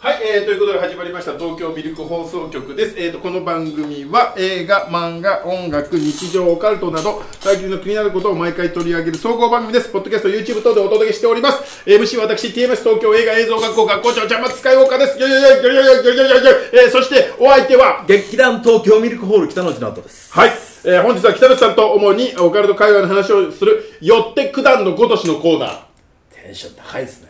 えーということで始まりました東京ミルク放送局です、えー、とこの番組は映画漫画音楽日常オカルトなど最近の気になることを毎回取り上げる総合番組ですポッドキャスト YouTube 等でお届けしております MC は私 TMS 東京映画映像学校学校長ジャマツカイウォーカーですよよよよよよよよよよよえーそしてお相手は劇団東京ミルクホール北の内直人ですはい、えー本日は北口さんと主にオカルト会話の話をするよって九段のごとしのコーナーテンション高いですね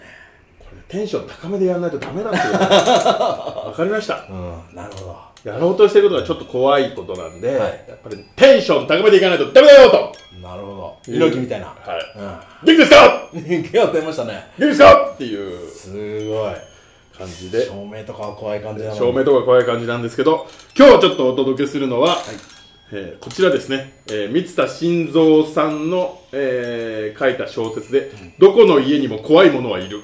テンション高めでやらないとダメなんですよわかりましたうんなるほどやろうとしてることがちょっと怖いことなんで、はいやっぱりテンション高めていかないとダメだよとなるほど猪木みたいな、 は元気ですかうん手を出ましたね元気ですかっていうすごい感じで照明とかは怖い感じだな照明とか怖い感じなんですけど今日ちょっとお届けするのは、えーこちらですね、えー、三田晋三さんの、えー書いた小説で、どこの家にも怖いものはいる」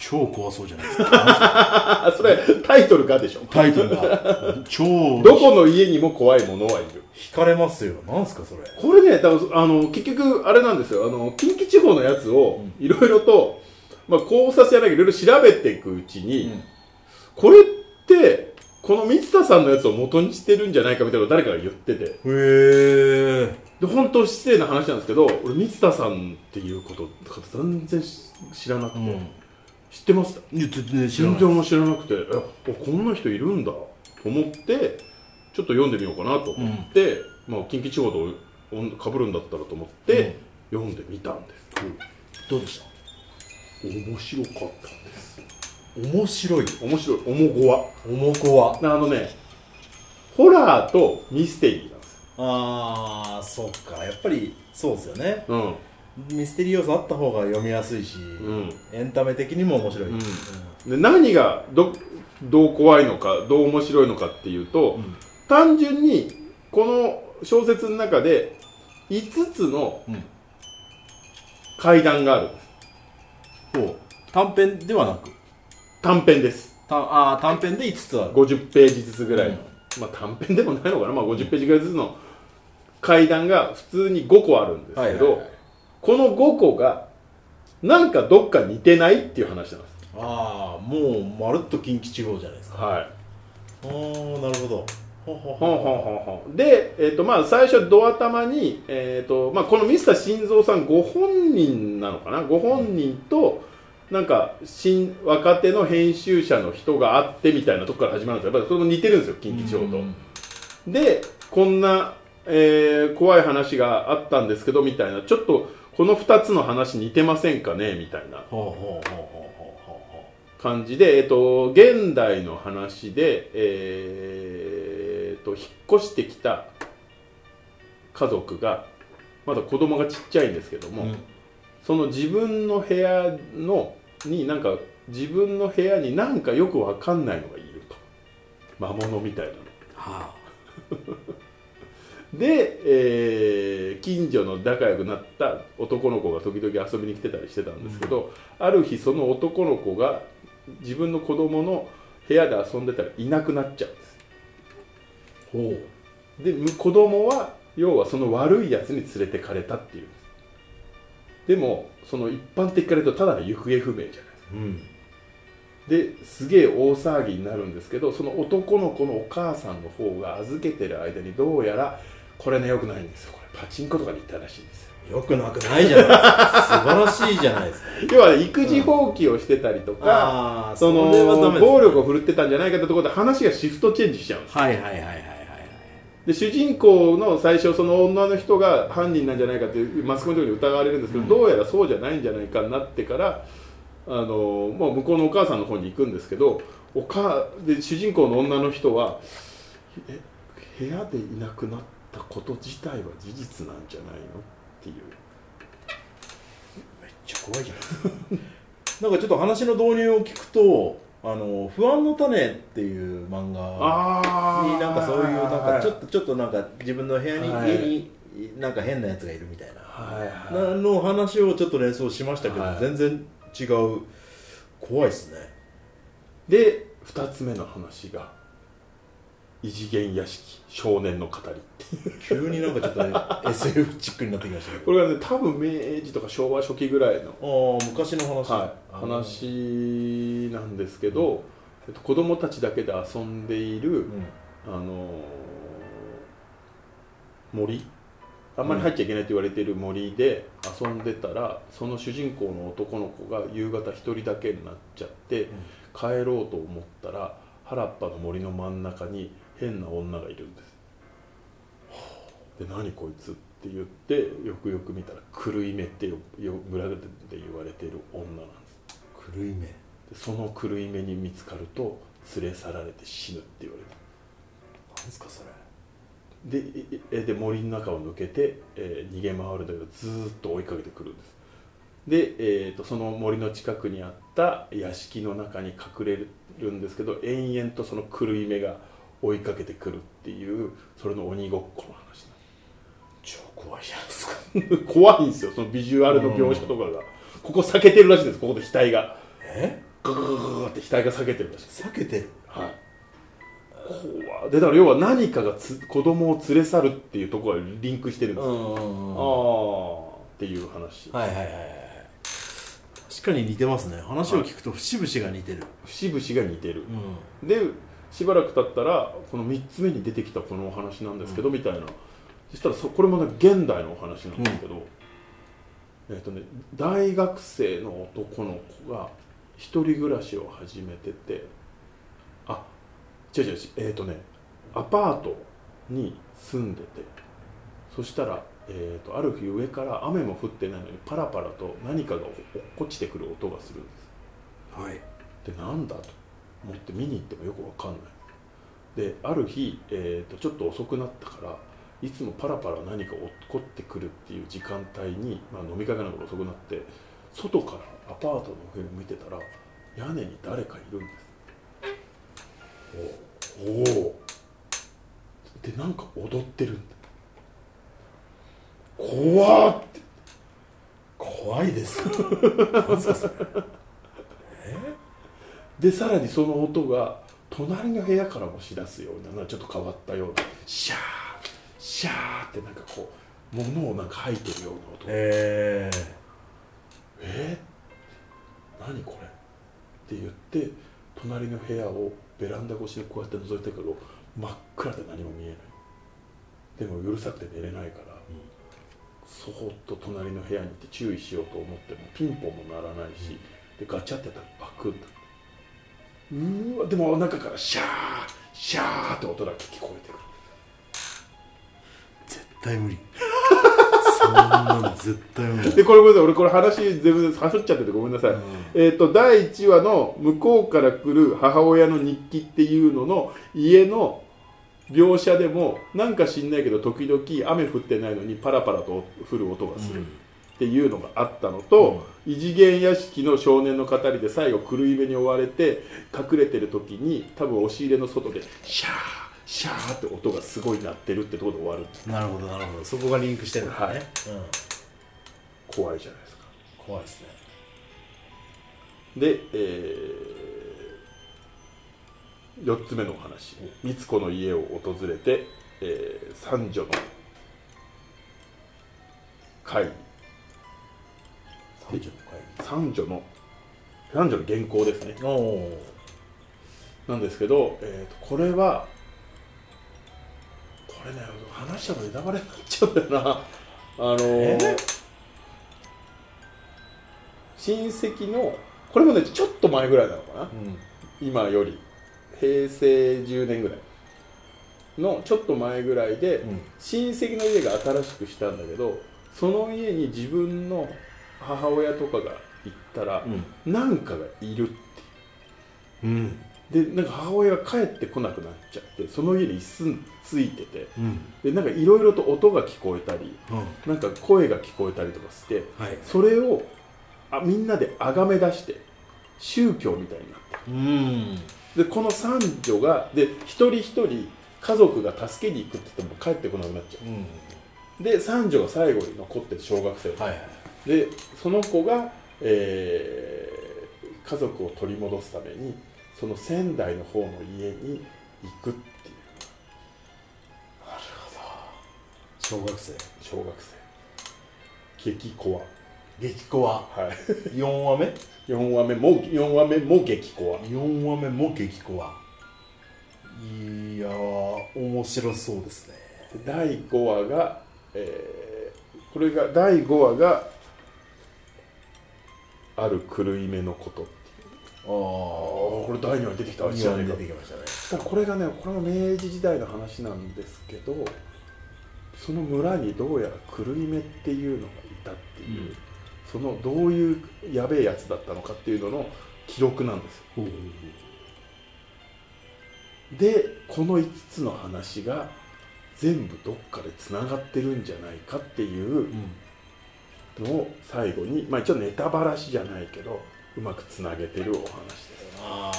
超怖そうじゃないですか あそれタイトルがでしょタイトルが超どこの家にも怖いものはいる惹かれますよなんすかそれこれね、だからあの結局、あれなんですよあの、近畿地方のやつをいろいろと、まあ、考察やらいろいろ調べていくうちに、うんこれって、この水田さんのやつを元にしてるんじゃないかみたいなことを誰かが言ってて、へえで本当、失礼な話なんですけど、俺、水田さんっていうこととか全然し知らなくて、うん知ってましたいや全然知ら全ない然も知らなくて、えあこんな人いるんだと思って、ちょっと読んでみようかなと思って、まあ、近畿地方とかぶるんだったらと思って、読んでみたんです。どうでし面白かったんですた面白い面白いおもごわおもこはあのねホラーとミステリーなんですあーそっかやっぱりそうですよねよミステリー要素あった方が読みやすいし、うんエンタメ的にも面白い、うんうんで何がどどう怖いのかどう面白いのかっていうと、ん単純にこの小説の中で5つのうん階段があるそう短編ではなく短編ですたあー短編で5つある50ページずつぐらいの、うんまあ短編でもないのかな、まあ、50ページぐらいずつの階段が普通に5個あるんですけど、はいはいはいこの5個がなんかどっか似てないっていう話なんですああもうまるっと近畿地方じゃないですかはいああなるほどほほほんほんほんほんで、えっとまあ、最初ド頭に、えっとまあ、このミスター心臓さんご本人なのかなご本人と、なんか新若手の編集者の人が会ってみたいなとこから始まるんですよやっぱりそれも似てるんですよ近畿地方と、でこんな、えー怖い話があったんですけどみたいなちょっとこの2つの話似てませんかねみたいなほうほうほうほうほうほ感じで、えっと現代の話で、えーえっと引っ越してきた家族がまだ子供がちっちゃいんですけどうも、ほうその自分の部屋のになんか自分の部屋になんかよくわかんないのがいると魔物みたいなのはで、えー近所の仲良くなった男の子が時々遊びに来てたりしてたんですけど、ある日その男の子が自分の子供の部屋で遊んでたらいなくなっちゃうんですあほうでむ子供は要はその悪いやつに連れてかれたっていうんですでもその一般的から言うとただの行方不明じゃないですかうんですげえ大騒ぎになるんですけどその男の子のお母さんの方が預けてる間にどうやらこれねよくないんですよこれパチンコとかに行ったらしいんですよよくなくないじゃないですか素晴らしいじゃないですか 要は育児放棄をしてたりとか、 ああそのれはダメです暴力を振るってたんじゃないかってところで話がシフトチェンジしちゃうんですはいはいはいはいはいはいで主人公の最初その女の人が犯人なんじゃないかっていうマスコミとかに疑われるんですけど、うんどうやらそうじゃないんじゃないかになってからあのもう向こうのお母さんの方に行くんですけどお母で主人公の女の人はえ部屋でいなくなったこと自体は事実なんじゃないのっていうめっちゃ怖いじゃない ですかなんかちょっと話の導入を聞くと「あの不安の種」っていう漫画あになんかそういうなんかちょっととちょっとなんか自分の部屋に、はい家になんか変なやつがいるみたいな、はいはいなの話をちょっと連想しましたけど、はい全然違う怖いっすねで2つ目の話が異次元屋敷少年の語り急になんかちょ っと、ね、SF チックになってきましたけどこれがね多分明治とか昭和初期ぐらいの、ああ昔の話、はい、話なんですけど、えっと、子供たちだけで遊んでいる、うんあのー森あんまり入っちゃいけないと言われている森で遊んでたらその主人公の男の子が夕方一人だけになっちゃって、ん帰ろうと思ったら原っぱの森の真ん中に変な女がいるんです。で何こいつって言ってよくよく見たら「狂い目」ってよよ村で言われている女なんです。狂い目でその狂い目に見つかると連れ去られて死ぬって言われたなんすかそれでいえで森の中を抜けて、えー逃げ回るんだけどずーっと追いかけてくるんですで、えー、とその森の近くにあった屋敷の中に隠れるんですけど延々とその狂い目が追いかけてくるっていうそれの鬼ごっこの話超怖いじゃないですかなんです怖いんですよそのビジュアルの描写とかがここ避けてるらしいですここで額がえガガガガガって額が避けてるらしいです避けてるはい怖いでだから要は何かがつ子供を連れ去るっていうところがリンクしてるんですよんああっていう話はいはいはいはい確かに似てますね話を聞くと節々が似てる、節々が似てるう、んでしばらく経ったらこの3つ目に出てきたこのお話なんですけど、みたいなそしたらそこれもね現代のお話なんですけど、えっ、とね大学生の男の子が一人暮らしを始めててあ違う違う違うえっ、とねアパートに住んでてそしたら、えー、とある日上から雨も降ってないのにパラパラと何かが落っこちてくる音がするんですはいでなんだと思って見に行ってもよくわかんないである日、えー、とちょっと遅くなったからいつもパラパラ何か落っこってくるっていう時間帯に、まあ、飲み会がなんか遅くなって外からアパートの上を見てたら屋根に誰かいるんですおおでなんか踊ってるんだ怖っって怖いです なんすかそれでさらにその音が隣の部屋からもし出すようななんかちょっと変わったようなシャーシャーってなんかこう物をなんか吐いてるような音ええーえー何これって言って隣の部屋をベランダ越しにこうやって覗いたけど真っ暗で何も見えないでもうるさくて寝れないから、うんそーっと隣の部屋に行って注意しようと思ってもピンポンも鳴らないし、でガチャってやったら開くんだうーわでも中からシャーシャーって音だけ聞こえてくる絶対無理そんなの絶対無理でこれごめんなさい俺これ話全部はしょっちゃっててごめんなさい、うんえっ、と第1話の「向こうから来る母親の日記」っていうのの家の描写でもなんか知んないけど時々雨降ってないのにパラパラと降る音がするっていうのがあったのと、異次元屋敷の少年の語りで最後狂い目に追われて隠れてる時に多分押し入れの外でシャーシャーって音がすごい鳴ってるってところで終わるなるほどなるほどそこがリンクしてるんだね、はいうん、怖いじゃないですか怖いですねで、え4つ目のお話美津子の家を訪れて、えー三女の会三十回三女の三女の原稿ですねおおなんですけど、えーとこれはこれね話したらネタバレになっちゃうんだよなあのーえ親戚のこれもねちょっと前ぐらいなのかな、うん今より平成10年ぐらいのちょっと前ぐらいで、うん親戚の家が新しくしたんだけどその家に自分の母親とかが行ったら、なんかがいるうんでなんか母親が帰ってこなくなっちゃってその家に一寸ついててうんうんでなんかいろいろと音が聞こえたりなんか声が聞こえたりとかしてはいそれをあみんなで崇め出して宗教みたいになったうんでこの三女がで一人一人家族が助けに行くって言っても帰ってこなくなっちゃうんうで三女が最後に残ってる小学生、はいはいでその子が、えー家族を取り戻すためにその仙台の方の家に行くっていうなるほど小学生 小学生激怖激コアはい4話目4話目も4話目も激コア4話目も激コアいやー面白そうですね第5話が、えーこれが第5話がある狂い目のことああああこれ第2話出てきた2話出てきましたねだからこれがねこれも明治時代の話なんですけどその村にどうやら狂い目っていうのがいたっていう、うんそのどういうやべえやつだったのかっていうのの記録なんですよでこの5つの話が全部どっかでつながってるんじゃないかっていうのを最後にまあ一応ネタばらしじゃないけどうまくつなげてるお話ですあ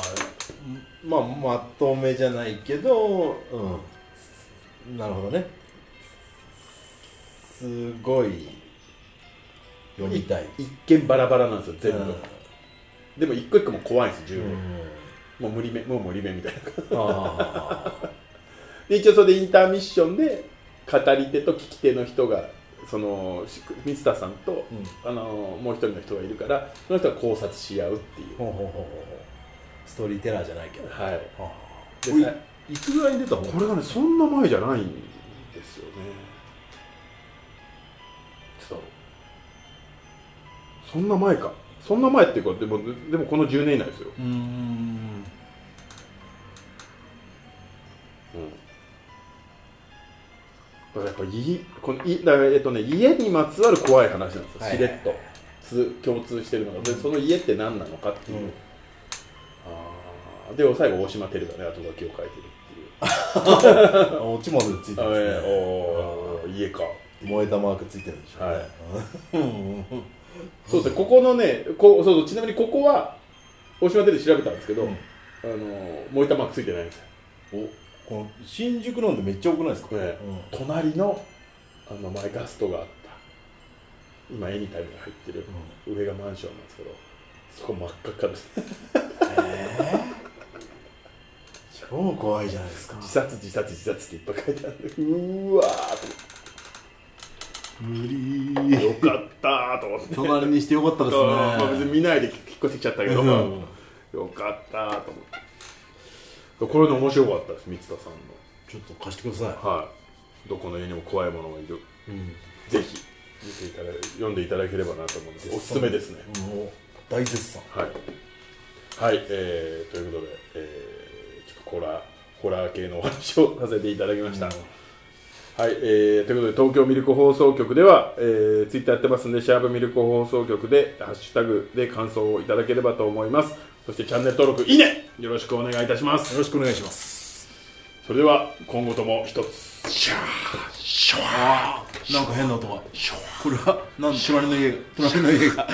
ーまあまとめじゃないけど、うん、なるほどねすごい読みたい一見バラバラなんですよ全部、うんでも一個一個も怖いんですうよ15、んもう無理めもう無理めみたいな あーで一応それでインターミッションで語り手と聞き手の人がそのし水田さんと、うんあのもう一人の人がいるからその人が考察し合うっていう、ほうほうほうほうほうストーリーテラーじゃないけどはいあでーさいいつぐらいに出たのこれがねそんな前じゃないんですよねちょっとそんな前かそんな前っていうかでもでもこの10年以内ですよ、うーんだからやっぱいこのいだからえっとね家にまつわる怖い話なんですよ、はいしれっとつ共通してるのがでその家って何なのかっていう、うんあーで最後大島テルがね後書きを書いてるっていうあオチまでついてあ、ますえー、ねおー家か燃えたマークついてるんでしょうねはうんそうですねここのねこそうそうちなみにここは大島テルで調べたんですけど、うんあのー燃えたマークついてないんですよおこの新宿なんてめっちゃ多くないですか、ねうん隣のあの前ガストがあった今エニタイムが入ってる、上がマンションなんですけどそこ真っ赤っかです超怖いじゃないですか自殺自殺自殺っていっぱい書いてあるんでうーわー無とよ理かったーと思って隣にしてよかったですね、まあ別に見ないで引っ越してきちゃったけど、うんよかったーと思ってこれの面白かったです三田さんちょっと貸してくださのはいどこの家にも怖いものがいるい、うん、ぜひ見ていただ読んでいただければなと思いますおすすめですねもう大絶賛はいはいえー、ということで、えー、ちょっとホラーホラー系のお話をさせていただきました、はい、えーということで東京ミルク放送局では、えツイッター Twitter やってますんでシャープミルク放送局でハッシュタグで感想をいただければと思いますそしてチャンネル登録いいねよろしくお願いいたしますよろしくお願いしますそれでは今後とも一つシャーシャワーなんか変な音がこれはなん隣の家が隣の家が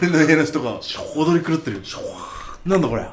隣の家の人が踊り狂ってるなんだこれ